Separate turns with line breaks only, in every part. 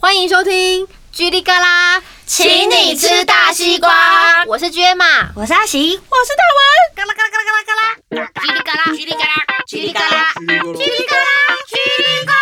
欢迎收听《居里嘎啦》，
请你吃大西瓜
我是居玛，
我是阿喜，
我是大文，嘎啦嘎啦嘎啦嘎啦，居里嘎啦，居里嘎啦，居里嘎啦，居里嘎啦，居里嘎啦。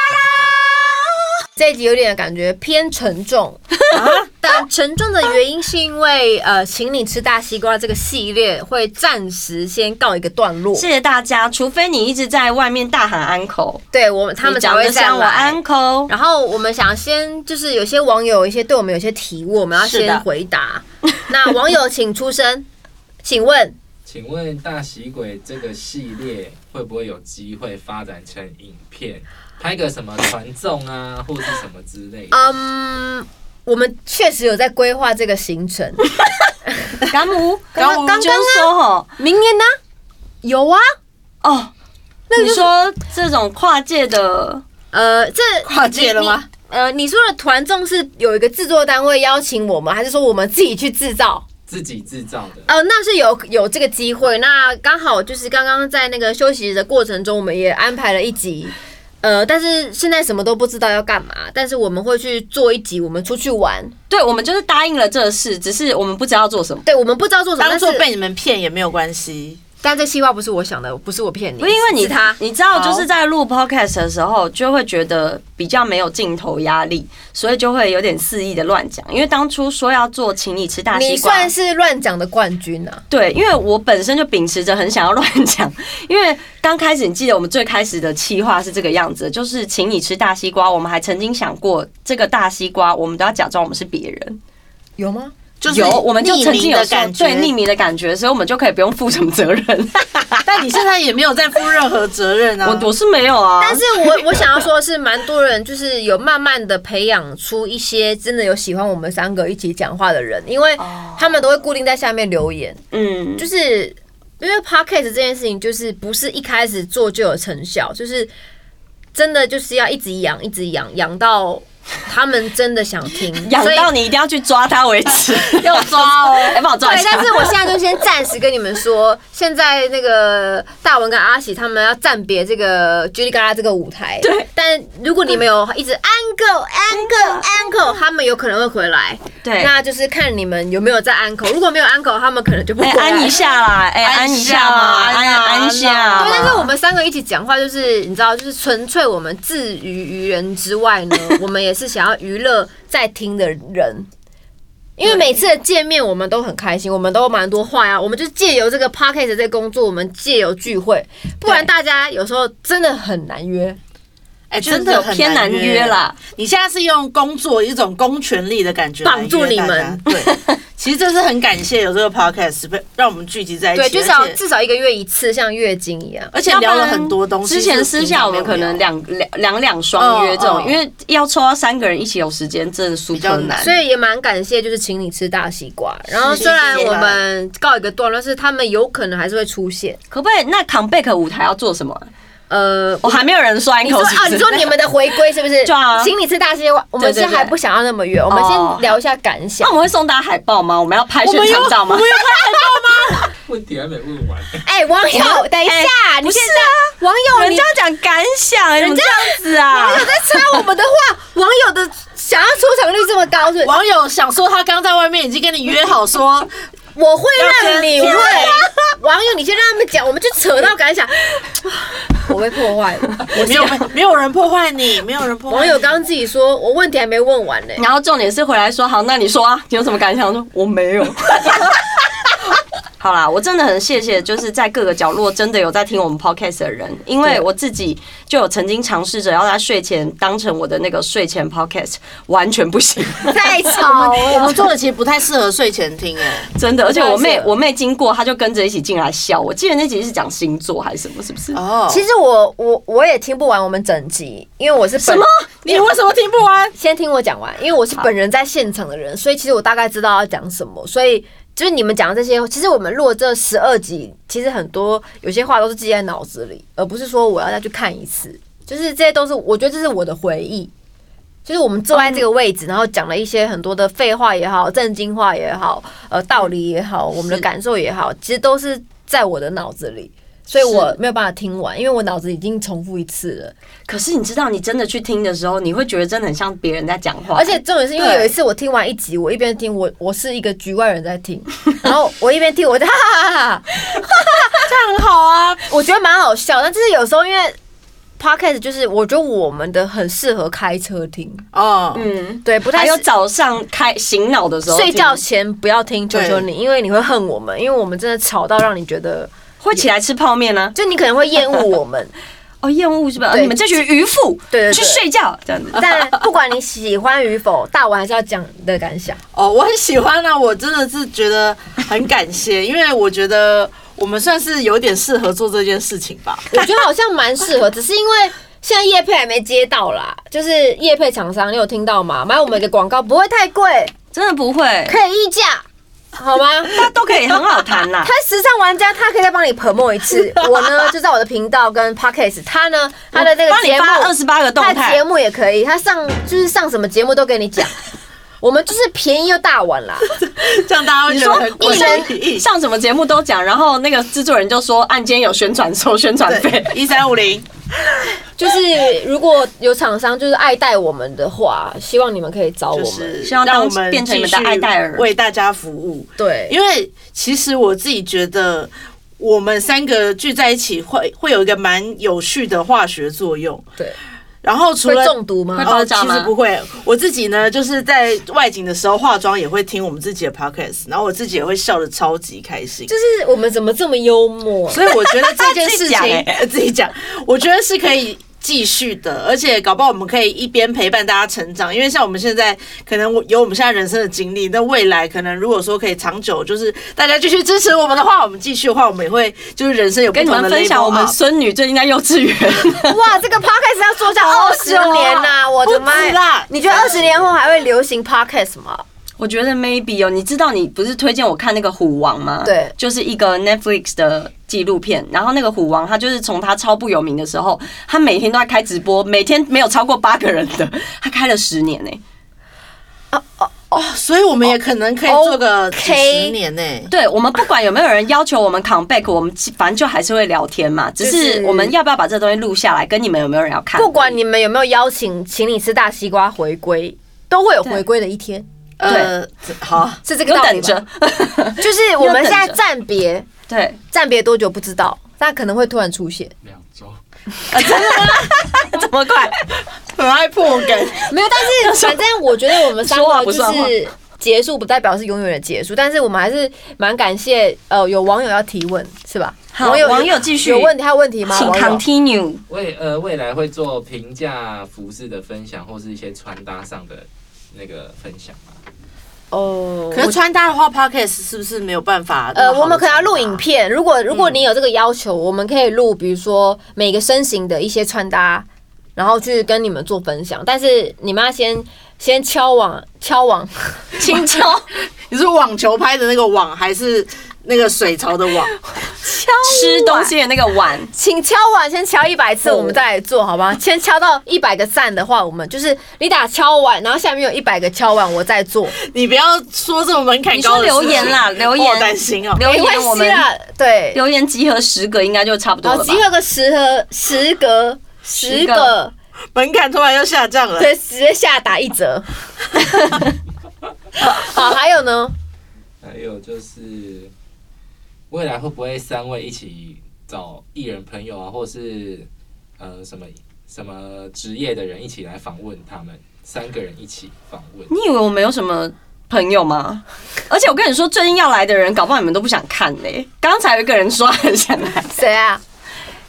这一集有点感觉偏沉重，
啊
但沉重的原因是因为呃，请你吃大西瓜这个系列会暂时先告一个段落，
谢谢大家。除非你一直在外面大喊 uncle，
对我们他们才
你长
会
得
再
像我
来。
uncle，
然后我们想先就是有些网友有一些对我们有些提问，我们要
是
先
的
回答。那网友请出声，请问
请问《大喜鬼》这个系列会不会有机会发展成影片，拍个什么传送啊，或是什么之类的？
嗯，我们确实有在规划这个行程，
干姆，
刚刚
就说吼，
明年呢？有啊，
哦，
个就
你
是
说这种跨界的，
呃，这
跨界了吗
你？你呃，你说的团众是有一个制作单位邀请我们，还是说我们自己去制造？
自己制造的，
呃，那是有有这个机会。那刚好就是刚刚在那个休息的过程中，我们也安排了一集。呃，但是现在什么都不知道要干嘛，但是我们会去做一集，我们出去玩。
对我们就是答应了这事，只是我们不知道做什么。
对，我们不知道做什么，
当
但
做
是
被你们骗也没有关系。
但这计划不是我想的，不是我骗你，
不是因为你
是他，
你知道，
好
就是在录 podcast 的时候，就会觉得比较没有镜头压力，所以就会有点肆意的乱讲。因为当初说要做，请你吃大
你
西瓜，
算是乱讲的冠军啊！
对，因为我本身就秉持着很想要乱讲， 因为刚开始你记得我们最开始的企划是这个样子，就是请你吃大西瓜，我们还曾经想过这个大西瓜，我们都要假装我们是别人，
有吗？
就是
有我们就
匿
曾经
名
有
的
说
感觉，
对匿名的感觉，所以我们就可以不用负什么责 任，
但你现在也没有在负任何责任 啊。
我我是没有啊，
但是我我想要说的是，蛮多人就是有慢慢的培养出一些真的有喜欢我们三个一起讲话的人，因为他们都会固定在下面留言。
嗯，
就是因为 podcast 这件事情，就是不是一开始做就有成效，就是真的就是要一直养，一直养，养到他们真的想 听，
养
所以
到你一定要去抓它 为止，
要抓 哦，
来帮我抓一
对，
下。
但是我现在就先暂时跟你们说，现在那个大文跟阿喜他们要暂别这个 g 里嘎啦这个舞台。
对，
但如果你们有一直 uncle uncle uncle，他们有可能会回来。
对。哎
那就是看你们有没有在 uncle，如果没有 uncle，他们可能就不
哎、
回来。
安一下啦！哎、
安
安一
一下
下嘛，
嘛
安
安啊
安一下嘛。
对，但是我们三个一起讲话，就是你知道，就是纯粹我们自娱于人之外 呢，我们也是想要娱乐在听的人。因为每次的见面，我们都很开心，我们都蛮多话呀、我们就借由这个 p o d c a s t 这个工作，我们借由聚会，不然
对
大家有时候真的很难约。
哎，
就是
真的很
偏难约啦。
你现在是用工作一种公权力的感觉
绑住
来约
你们
大家，对。其实真是很感谢有这个 podcast，被让我们聚集在一起，
对，至少
而且嗯
至少一个月一次，像月经一样。
而且聊了很多东西。
之前私下我们可能
聊，
两两两两双约这种，
嗯嗯
因为要抽到三个人一起有时间，真的 super
比较难
所以也蛮感谢，就是请你吃大西瓜。然后虽然我们告一个段落，但是他们有可能还是会出现。
可不可以？那 comeback 舞台要做什么啊？
呃，
我还没有人说
你
uncle
说
是不
啊，
是
你说你们的回归是不是？
对啊
请你吃大西瓜。我们
对对
现在还
对
不想要那么远，我们
哦
先聊一下感想
那我。们会送大家海报吗？我们要拍宣传照吗？
问题还没问完，
哎，网友， 等一下，你
不是
现
啊
在网友，
人
你
家讲感想，哎 怎么
人家
这样子啊？
网友在插我们的话，网友的想要出场率这么高，是不是
网友想说他刚在外面已经跟你约好说，
我会让你
要
问
先
网友，你先让他们讲，我们就扯到感想。我被破坏了，我
没
先
有没有人破坏你，没有人破坏你。
网友刚刚自己说，我问题还没问完呢。
然后重点是回来说，好，那你说啊，你有什么感想？我说我没有。 好啦，我真的很谢谢，就是在各个角落真的有在听我们 podcast 的人，因为我自己就有曾经尝试着要在睡前当成我的那个睡前 podcast，完全不行，
太吵
我
了，
们做的其实不太适合睡前听哎、
真的。而且我
太
妹
扯了
我妹经过，她就跟着一起进来笑。我记得那集是讲星座还是什么，是不是？
哦，
其实我我我也听不完我们整集，因为我是什么？
你为什么听不完？
先听我讲完，因为我是本人在现场的人，所以其实我大概知道要讲什么。所以就是你们讲的这些，其实我们录了这十二集，其实很多有些话都是记在脑子里，而不是说我要再去看一次。就是这些都是我觉得这是我的回忆，就是我们坐在这个位置，然后讲了一些很多的废话也好、正经话也好、呃道理也好、我们的感受也好，其实都是在我的脑子里。所以我
是
没有办法听完，因为我脑子已经重复一次了。
可是你知道，你真的去听的时候，你会觉得真的很像别人在讲话，
而且重点是因为
对
有一次我听完一集，我一边听，我我是一个局外人在听，然后我一边听，我就哈 哈哈哈，
这样很好啊。
我觉得蛮好笑。但就是有时候因为 podcast 就是我觉得我们的很适合开车听，
哦，
嗯，
对，不
还
太
有
适
早上开醒脑的时候听，
睡觉前不要听，求求你，因为你会恨我们，因为我们真的吵到让你觉得，
会起来吃泡面呢、
就你可能会厌恶我 们。
哦，厌恶是吧？
对
你们这群渔夫，
对对对
去睡觉这样子。
但不管你喜欢与否，大我还是要讲你的感想。
哦，我很喜欢啊，我真的是觉得很感谢， 因为我觉得我们算是有点适合做这件事情吧。
我觉得好像蛮适合，只是因为现在叶配还没接到啦，就是叶配厂商，你有听到吗？买我们的广告不会太贵，
真的不会，
可以议价，好吗？
他都可以很好谈啦
他。时尚玩家，他可以再帮你 promo 一次。我呢，就在我的频道跟 podcast，他呢，他的这个
帮你
节目，
发二十八个动
他节
态，
目也可以，他上就是上什么节目都给你讲。 我们就是便宜又大碗啦，
这样大家会觉得很
你说
诡异
上什么节目都讲，然后那个制作人就说案件有宣传收宣传费
对，， 一三五零，
就是如果有厂商就是爱戴我们的话，希望你们可以找我们。
就是
哦希望当
让我们
变成你们的
继续
爱戴尔
为大家服务。
对，
因为其实我自己觉得，我们三个聚在一起会会有一个蛮有序的化学作用。
对，
然后除
会
了
中毒吗
会？爆
哦，
炸
其
吗
实不会，我自己呢，就是在外景的时候化妆也会听我们自己的 podcast，然后我自己也会笑得超级开心。
就是我们怎么这么幽默？
所以我觉得这件
自
事
己
情
讲欸
呃 自己讲，我觉得是可以继续的，而且搞不好我们可以一边陪伴大家成长，因为像我们现在可能我有我们现在人生的经历，那未来可能如果说可以长久，就是大家继续支持我们的话，我们继续的话，我们也会就是人生有不
跟你
同
们
的啊
分
level
享我们
up
孙女最近在幼稚园，
哇，这个 podcast 要做到二十年呐、我的妈
不止啦
呀！你觉得二十年后还会流行 podcast 吗？
我觉得 maybe 哦，你知道你不是推荐我看那个《虎王》吗？
对
就是一个 Netflix 的纪录片。然后那个虎王，他就是从他超不有名的时候，他每天都在开直播，每天没有超过八个人的，他开了十年呢、欸
哦，所以我们也可能可以做个几十年欸呢、
对我们不管有没有人要求我们 come back，我们反正就还是会聊天嘛，只
就是是
我们要不要把这东西录下来，跟你们有没有人要看？
不管你们有没有邀请，请你吃大西瓜回归，都会有回归的一天，
呃，好，
是这
这
个
个
道理
等
吧？
着，
就是我们现在
又等着
暂别，
对，
暂别多久不知道，但可能会突然出现。
两周，
这么快，
很爱破梗，
没有， 但是反正我觉得我们三
说话
个
不
就
算话
是结束，不代表是永远的结束，但是我们还是蛮感谢呃有网友要提问是吧？
好网友继续
有问题还有问题吗？
请
网友
continue。
未呃未来会做平价服饰的分享，或是一些穿搭上的那个分享吗？
哦，
可是穿搭的话，podcast 是不是没有办法？
呃，我们可能要录影。片。如
嗯
果如果你有这个要求，我们可以录，比如说每个身形的一些穿搭，然后去跟你们做分享。但是你们要先先敲网敲网，
青椒
你是网球拍的那个网，还是那个水槽的网？
吃东西的那个 碗，
请敲碗，先敲一百次，
哦
我们再来做，好吧？先敲到一百个赞的话，我们就是你打敲碗，然后下面有一百个敲碗，我再做，
你不要说这么门槛
你
高
说
的事情
留言啦，留
我好担
言
心哦。
留
没
言我
关系啊
们
啦。对，
留言集合十个应该就差不多
好，
了吧
啊集？合个十和十格。十
十个
个，
门槛突然又下降 了。
对，直接下打一折。 好，还有呢？
还有就是，未来会不会三位一起找艺人朋友啊，或是呃什么什么职业的人一起来访问他们？三个人一起访问，
你以为我没有什么朋友吗？而且我跟你说，最近要来的人，搞不好你们都不想看嘞、刚才有一个人说很想来，
谁啊？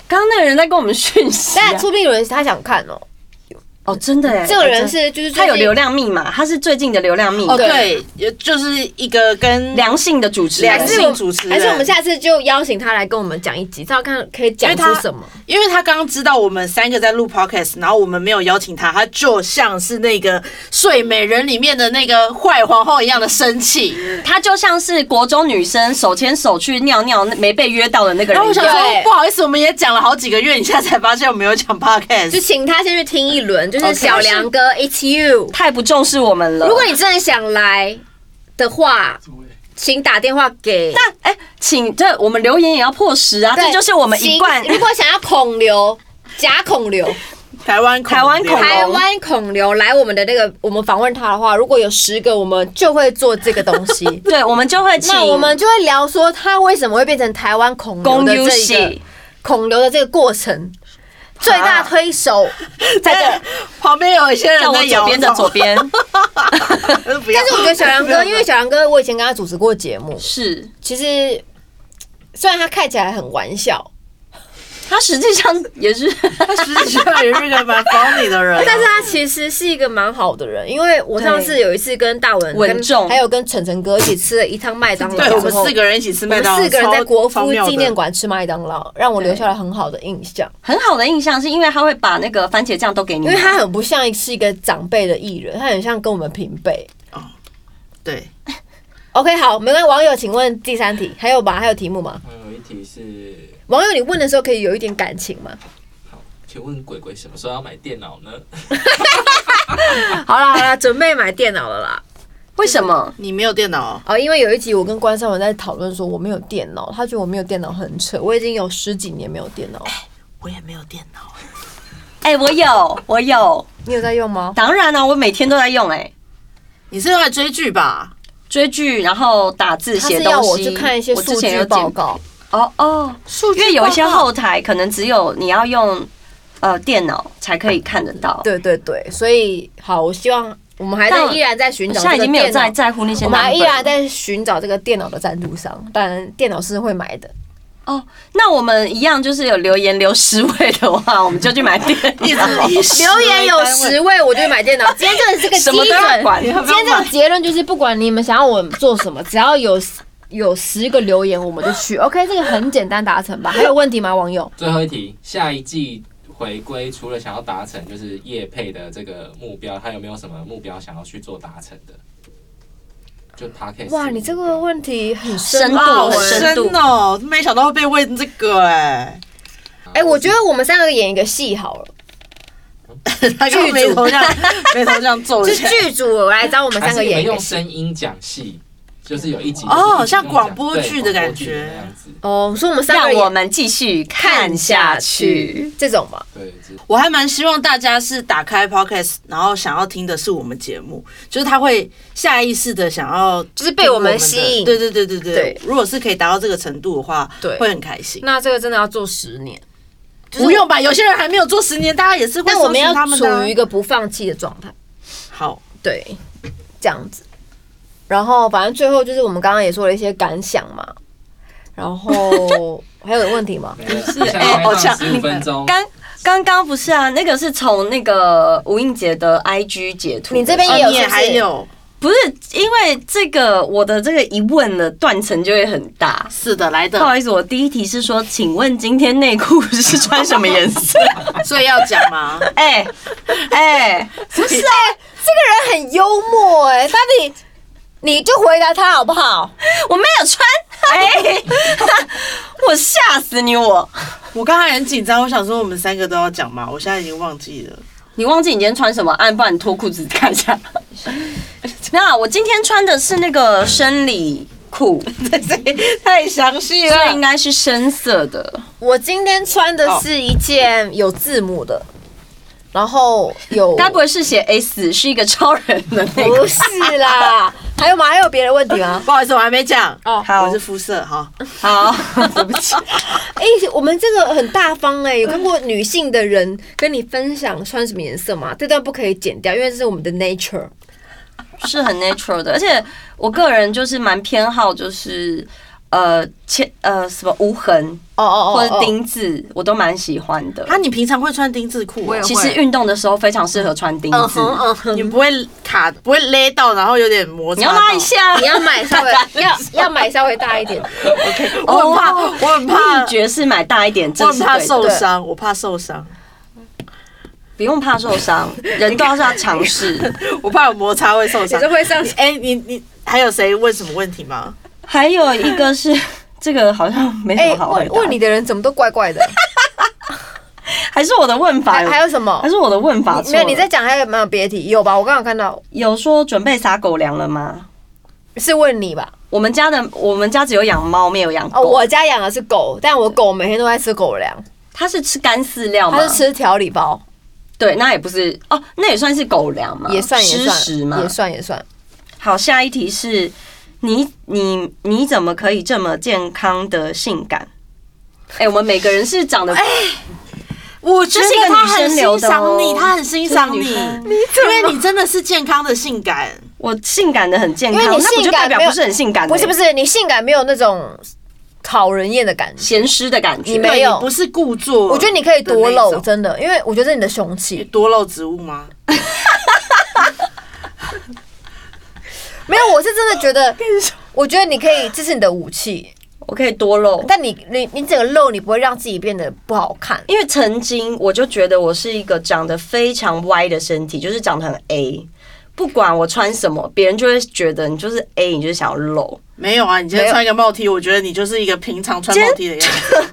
刚刚那个人在跟我们讯息、啊
但。出殡有人他想看哦，
哦，真的哎、
这个人
哦
是就是
真他有流
量，
量密码，他是最近的流量密码
哦，，对，也就是一个跟
良性的主持
良
人。
是我
性主持人，
还是我们下次就邀请他来跟我们讲一集，他要看可以讲出什么。
因为他刚刚知道我们三个在录 podcast，然后我们没有邀请他，他就像是那个《睡美人》里面的那个坏皇后一样的生气。
他就像是国中女生手牵手去尿尿没被约到的那个人
然后我
一
想
样，
说，
对
不好意思，我们也讲了好几个月，你现在才发现我们有讲
就
podcast。
请他先去听一
哦
轮，就是
OK
小梁哥 It's You。
太不重视我们了。
如果你真的想来的话，请打电话给。
那哎、请这我们留言也要破十啊，
对
这就是我们一
请
贯
如果想要孔流。假孔流，
台湾恐
台湾
流
恐龙。
台湾孔流来我们的那个，我们访问他的话，如果有十个，我们就会做这个东 西
对，我们就会请
那我们就会聊说他为什么会变成台湾孔流
公
的
优
这一个
系，
孔流的这个过程，最大推手在这
对。旁边有一些
在
人
我
在
左
摇
边的左， 边
不 要
但是我觉得小杨
不要
哥， 因为小杨哥我以前跟他主持过节目，
是，
其实虽然他看起来很玩笑，
他实际上也是
他实际上也是个蛮帮你的人啊，
但是他其实是一个蛮好的人，因为我上次有一次跟大文、
稳
跟
重
还有跟晨晨哥一起吃了一趟麦当劳之后，
对我们四个人一起吃麦当
我
劳，
们四个人在
超
国
超
父
妙的
纪念馆吃麦当劳，让我留下了很好的印象，
很好的印象，是因为他会把那个番茄酱都给你
因
吗，
为他很不像是一个长辈的艺人，他很像跟我们平辈。
对，
OK，好，没关系。网友，请问第三题还有吧？还有题目吗？
还有一题是，
网友，你问的时候可以有一点感情 吗？
请问鬼鬼什么时候要买电脑呢？
好啦好啦，准备买电脑了啦。
为什么？
你没有电脑哦，
哦，因为有一集我跟关少文在讨论说我没有电脑，他觉得我没有电脑很扯，我已经有十几年没有电脑了。
我也没有电脑，
哎、我有，我有，
你有在用吗？
当然了、啊我每天都在用、哎，
你是用来追剧吧？追
剧，然后打字
他
写
是
东西，
要我去看一些
我之
数
前
据
有
报
剪
告，
哦哦，
数据
因为有一些
报告
后台可能只有你要用呃电脑才可以看得到。，哦
对对对，所以好，我希望我们还在
但
依然在寻找
现
这
在已
个
经没有
电
在
脑，
在乎那些
我
number
们
了。
还依然在寻找这个电脑的赞助商，当然电脑是会买的。
哦。那我们一样就是有留言留十位的话，我们就去买电脑。
一 直以十
留言有
为单位
十位，我就买电脑。今天这个是个基
什么
准，
都要管
今天这个结论就是，不管你们想要我们做什么，只要有有十个留言，我们就去。OK，这个很简单达成吧？还有问题吗，网友？
最后一题，下一季回归除了想要达成就是业配的这个目标，还有没有什么目标想要去做达成的？就 p a c k e
哇，你这个问题很
深
深
度
奥
好
哎、
很深
深
度
哦，没想到会被问这个哎、
哎、我觉得我们三个演一个戏好了，
他
剧
就
组
眉头这样， 眉头这样皱
就
一下。
剧组我来找我们
还
三
是
个
你们
演一个
用
戏。
声音讲戏，就是有一集
哦
就是一集
像
用
广
讲
播
对
剧
广播
的感
剧
觉
那样子，
哦，说我们三个
让
人
我们继续看下去。
这种嘛，
对，之
我还蛮希望大家是打开 podcast，然后想要听的是我们节目，就是他会下意识的想要
就是被我们
听
吸
的
引。
对对对对对，
对
如果是可以达到这个程度的话，
对
会很开心。
那这个真的要做十年，
不用吧，有些人还没有做十年，大家也是会
但我们
搜
要
寻他们
处
的啊
于一个不放弃的状态。
好，
对，这样子。然后反正最后就是我们刚刚也说了一些感想嘛，然后 还有问题吗？
是
哎
好像
十五分 钟，
刚刚刚不是啊，那个是从那个吴映洁的 IG 截图的，哦
你这边也有
哦你也
是不是
还有，
不是因为这个我的这个一问了，断层就会很大。
是的，来
不好
的，
意思，我第一题是说，请问今天内裤是穿什么颜 色？
所以要讲吗？
哎哎，
不是啊，这个人很幽默哎、到底你就回答他好不好？
我没有穿，哎， 我吓死你我！
我刚才很紧张，我想说我们三个都要讲嘛，我现在已经忘记了。
你忘记你今天穿什么？啊，不然你脱裤子看一下。那我今天穿的是那个生理裤，
太详细
所以应该是深色的。
我今天穿的是一件有字母的，然后有
该不会是写 S 是一个超人的 内裤
不？是啦？还有吗？还有别的问题 吗？
不好意思，我还没讲。
哦
好
我是肤色哈。
好，对不起。
哎、我们这个很大方哎、有看过女性的人跟你分享穿什么颜色吗？这段不可以剪掉，因为这是我们的 nature。
是很 natural 的，而且我个人就是蛮偏好就是呃切呃什么无痕
哦哦
或者钉字，我都蛮喜欢的。
啊，你平常会穿丁字裤、
我也
哦？
其实运动的时候非常适合穿钉
嗯
子，
哼嗯哼，
你不会卡，不会勒到，然后有点摩擦。
你要拉一。下。
你要 买稍微要要买稍微大一点的，
我很怕，
哦
我很怕
秘，诀是买大一点，
我
这
很
是
怕
对的，
受伤，我怕受伤，
不用怕 受伤，人都要是要尝试。
我怕有摩擦会受
你
伤
是。会上
你哎、你你还有谁问什么问题吗？
还有一个是 这个好像没什
哎、
么好回
问
答，
问你的人怎么都怪怪的，
还是我的问法
还
有，
还有什么
还？是我的问法
你没有，
错
你
了
在讲还有没有别的题？有吧？我刚刚有看到
有说准备撒狗粮了吗？
是问你吧？
我们家的我们家只有养猫，没有养
哦，
狗。
我家养的是狗，但我狗每天都在吃狗粮，
它是吃干饲料吗？
它是吃调理包，
对，那也不是哦，那也算是狗粮嘛，
也算也
湿食
算
嘛
也。算也算。
好，下一题是你你你怎么可以这么健康的性 感？哎、我们每个人是长得
哎
我觉得
这是一个
他
女生
很
留
欣
的
赏你，
哦
他很欣
这是
赏
女
你，
生
因为你真的是健康的性感。
我性感的很健康，
因为你
那不就
性感
代表
没有
不是很性感、
不是不，是，你性感没有那种讨人厌的感觉，
咸湿的感觉。
你没有
对不是故作。
我觉得你可以多露，
真
真的，因为我觉得这是你的雄气。
多露植物吗？
没有，我是真的觉得，我觉得你可以，这是你的武器，
我可以多露，
但你你你整个露，你不会让自己变得不好看。
因为曾经我就觉得我是一个长得非常歪的身体，就是长得很 A，不管我穿什么，别人就会觉得你就是 A，你就是想要露。
没有啊，你今
没
天
有
穿一个帽 T，我觉得你就是一个平常穿帽 T 的样子。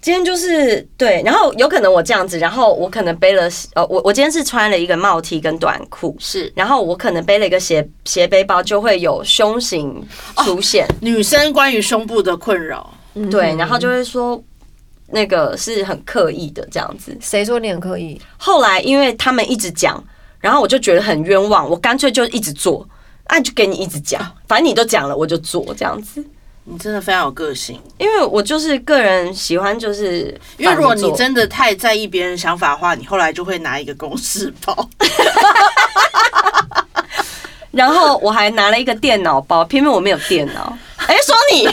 今天就是对，然后有可能我这样子，然后我可能背了呃，我我今天是穿了一个帽 T 跟短裤，
是
然后我可能背了一个斜斜背包，就会有胸型
哦
出现，
女生关于胸部的困扰，
对，然后就会说那个是很刻意的这样子。
谁说你很刻意？
后来因为他们一直讲，然后我就觉得很冤枉，我干脆就一直做，那、就给你一直讲，
哦
反正你都讲了，我就做这样子。
你真的非常有个性。
因为我就是个人喜欢，就是
因为如果
反
你
着做
真的太在意别人想法的话，你后来就会拿一个公式包。
然后我还拿了一个电脑包，偏偏我没有电 脑。哎、说你，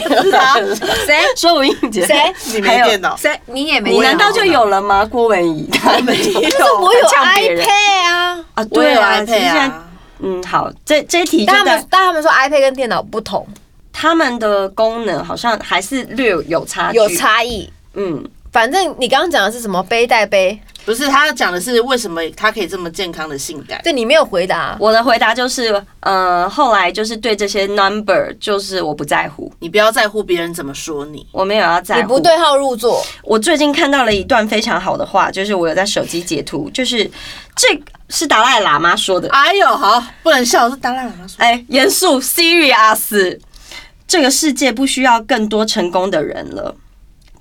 谁
说吴映洁，
谁
你
还
没
有
电脑，
谁你也没
你
有
难道就有了吗？郭文 怡，他没有，
但是我有
呛别人
iPad 啊，
啊，
我
对
有
啊，其实
iPad
现在
啊。
嗯，好，这这一题就
但他
在
们但他们说 iPad 跟电脑不同，
他们的功能好像还是略有差距，
有，差异。
嗯，
反正你刚刚讲的是什么背带背，
不是他讲的是为什么他可以这么健康的性感。
对你没有回答。
我的回答就是，呃，后来就是对这些 number，就是我不在乎，
你不要在乎别人怎么说你。
我没有要在乎。
你不对号入座，
我最近看到了一段非常好的话，就是我有在手机截图，就是这是达赖喇嘛说的。
哎呦，好，不能笑，是当然了。说。
哎，严肃，serious，这个世界不需要更多成功的人了。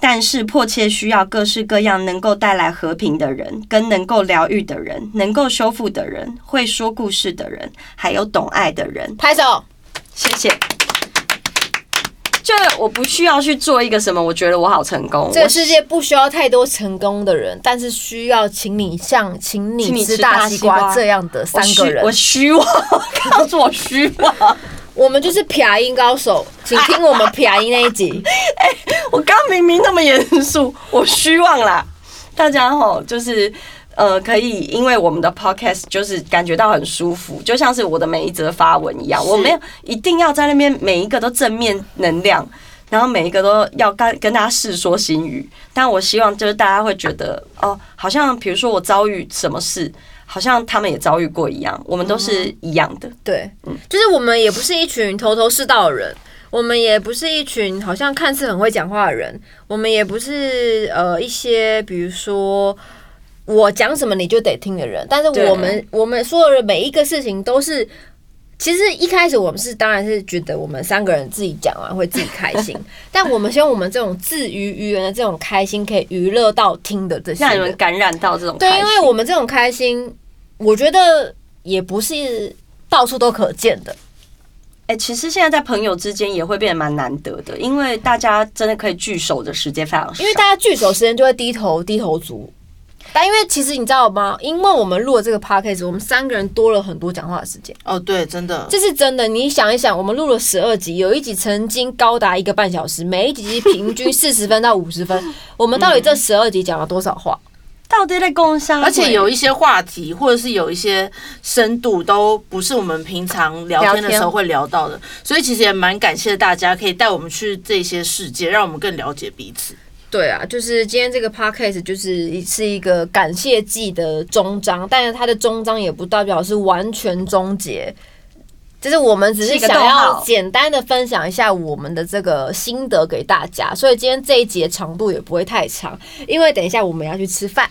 但是迫切需要各式各样能够带来和平的人，跟能够疗愈的人，能够修复的人，会说故事的人，还有懂爱的人。
拍手。
谢谢。就我不需要去做一个什么，我觉得我好成功。
这
我
个世界不需要太多成功的人，但是需要请你像请
请你
你
吃
吃
大
大
西
西
瓜
瓜这样的三个人。
我虚我虚 妄，告诉我虚妄。
我们就是撇音高手，请听我们撇音那一集。
我刚明明那么严肃， 我虚妄啦。大家吼，就是呃，可以因为我们的 podcast 就是感觉到很舒服，就像是我的每一则发文一样，我没有一定要在那边每一个都正面能量，然后每一个都要跟跟大家试说心语。但我希望就是大家会觉得哦，好像比如说我遭遇什么事，好像他们也遭遇过一样，我们都是一样的。
对，就是我们也不是一群头头是道的人，我们也不是一群好像看似很会讲话的人，我们也不是呃一些比如说我讲什么你就得听的人，但是
对
我们我们所有的每一个事情都是。其实一开始我们是当然是觉得我们三个人自己讲完会自己开 心，但我们希望我们这种自娱于人的这种开心可以娱乐到听的这些
让你
人。
们感染到这种
对，
开
因为
心
我们这种开心，我觉得也不是到处都可见的。
哎、其实现在在朋友之间也会变得蛮难得的，因为大家真的可以聚首的时间非常少。
因为大家聚首时间就会低头低头族。但因为其实你知道吗？因为我们录了这个 podcast，我们三个人多了很多讲话的时间，
哦，对，真的，
嗯
这是真的。你想一想，我们录了十二集，有一集曾经高达一个半小时，每一集平均四十分到五十分。我们到底这十二集讲了多少话？
到底在共商，
而且有一些话题或者是有一些深度，都不是我们平常聊天的时候会聊到的，所以其实也蛮感谢大家可以带我们去这些世界，让我们更了解彼此。
对啊，就是今天这个 podcast 就是是一个感谢季的终章，但是它的终章也不代表是完全终结，就是我们只
是一
是
个
想
逗号
要简单的分享一下我们的这个心得给大家，所以今天这一节长度也不会太长，因为等一下我们要去吃饭，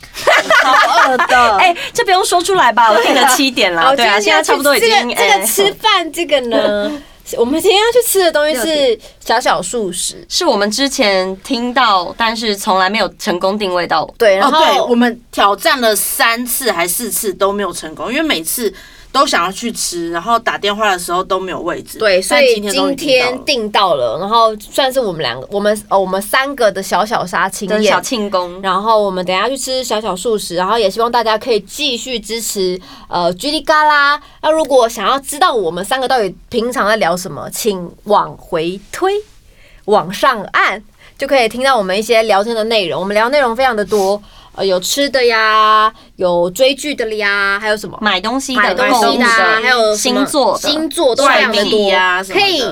好饿 的，
哎、这不用说出来吧，我定了七点啦，
哦
对啊，
今
现
天要
在
去
差不多已经
这个这
哎
个吃饭这个呢。我们今天要去吃的东西
六
是小小素食，
是我们之前听到，但是从来没有成功定位到。
对，然
哦，对，我
后
们挑战了三次还四次都没有成功，因为每次都想要去吃，然后打电话的时候都没有位置。
对，所
但
以
终
今
于订到
天
了
订到了，然后算是我们两个，我们哦，我们三个的小小杀青
跟
宴
小。庆功，
然后我们等一下去吃小小素食，然后也希望大家可以继续支持呃居里嘎啦。那如果想要知道我们三个到底平常在聊什么，请往回推，往上按就可以听到我们一些聊天的内容。我们聊内容非常的多，呃，有吃的呀，有追剧的呀，还有什么
买东西的、
买东西的
购
啊，
物
还有什么
星座的、
星座都非常的
外地
多
呀啊什么
可
的
以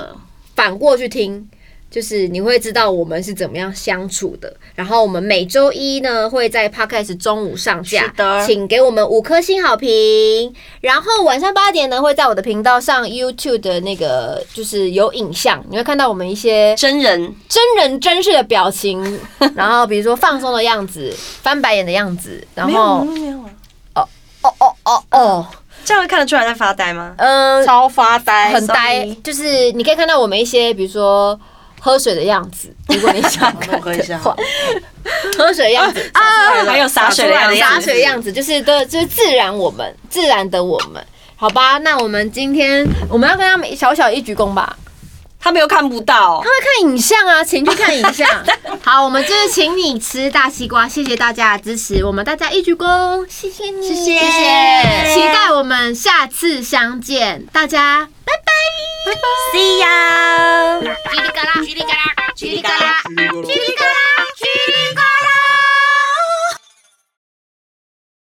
反过去听，就是你会知道我们是怎么样相处的。然后我们每周一呢会在 Podcast 中午上架
是，的
请给我们五颗星好评。然后晚上八点呢会在我的频道上 YouTube 的那个就是有影像，你会看到我们一些
真人
真人真事的表情，然后比如说放松的样子、翻白眼的样子，然后
没有啊，
哦哦哦哦，
这样看得出来在发呆吗？
嗯，
超发呆，
很呆
sorry，
就是你可以看到我们一些，比如说喝水的样 子，如果你想看
我一下
的话，喝水的样子啊，
还有洒水的样
洒
子
水的样子，就是的，就是自然我们，自然的我们。好吧，那我们今天我们要跟他们小小一鞠躬吧。
他们又看不到
他，会啊看影像啊，请去看 影像。好，我们就是请你吃大西瓜，谢谢大家的支持，我们大家一鞠躬，谢谢你，谢谢，谢谢，期待我们下次相见，大家拜拜，拜拜，See ya，叽里嘎啦，叽里嘎啦，叽里嘎啦，叽里嘎啦。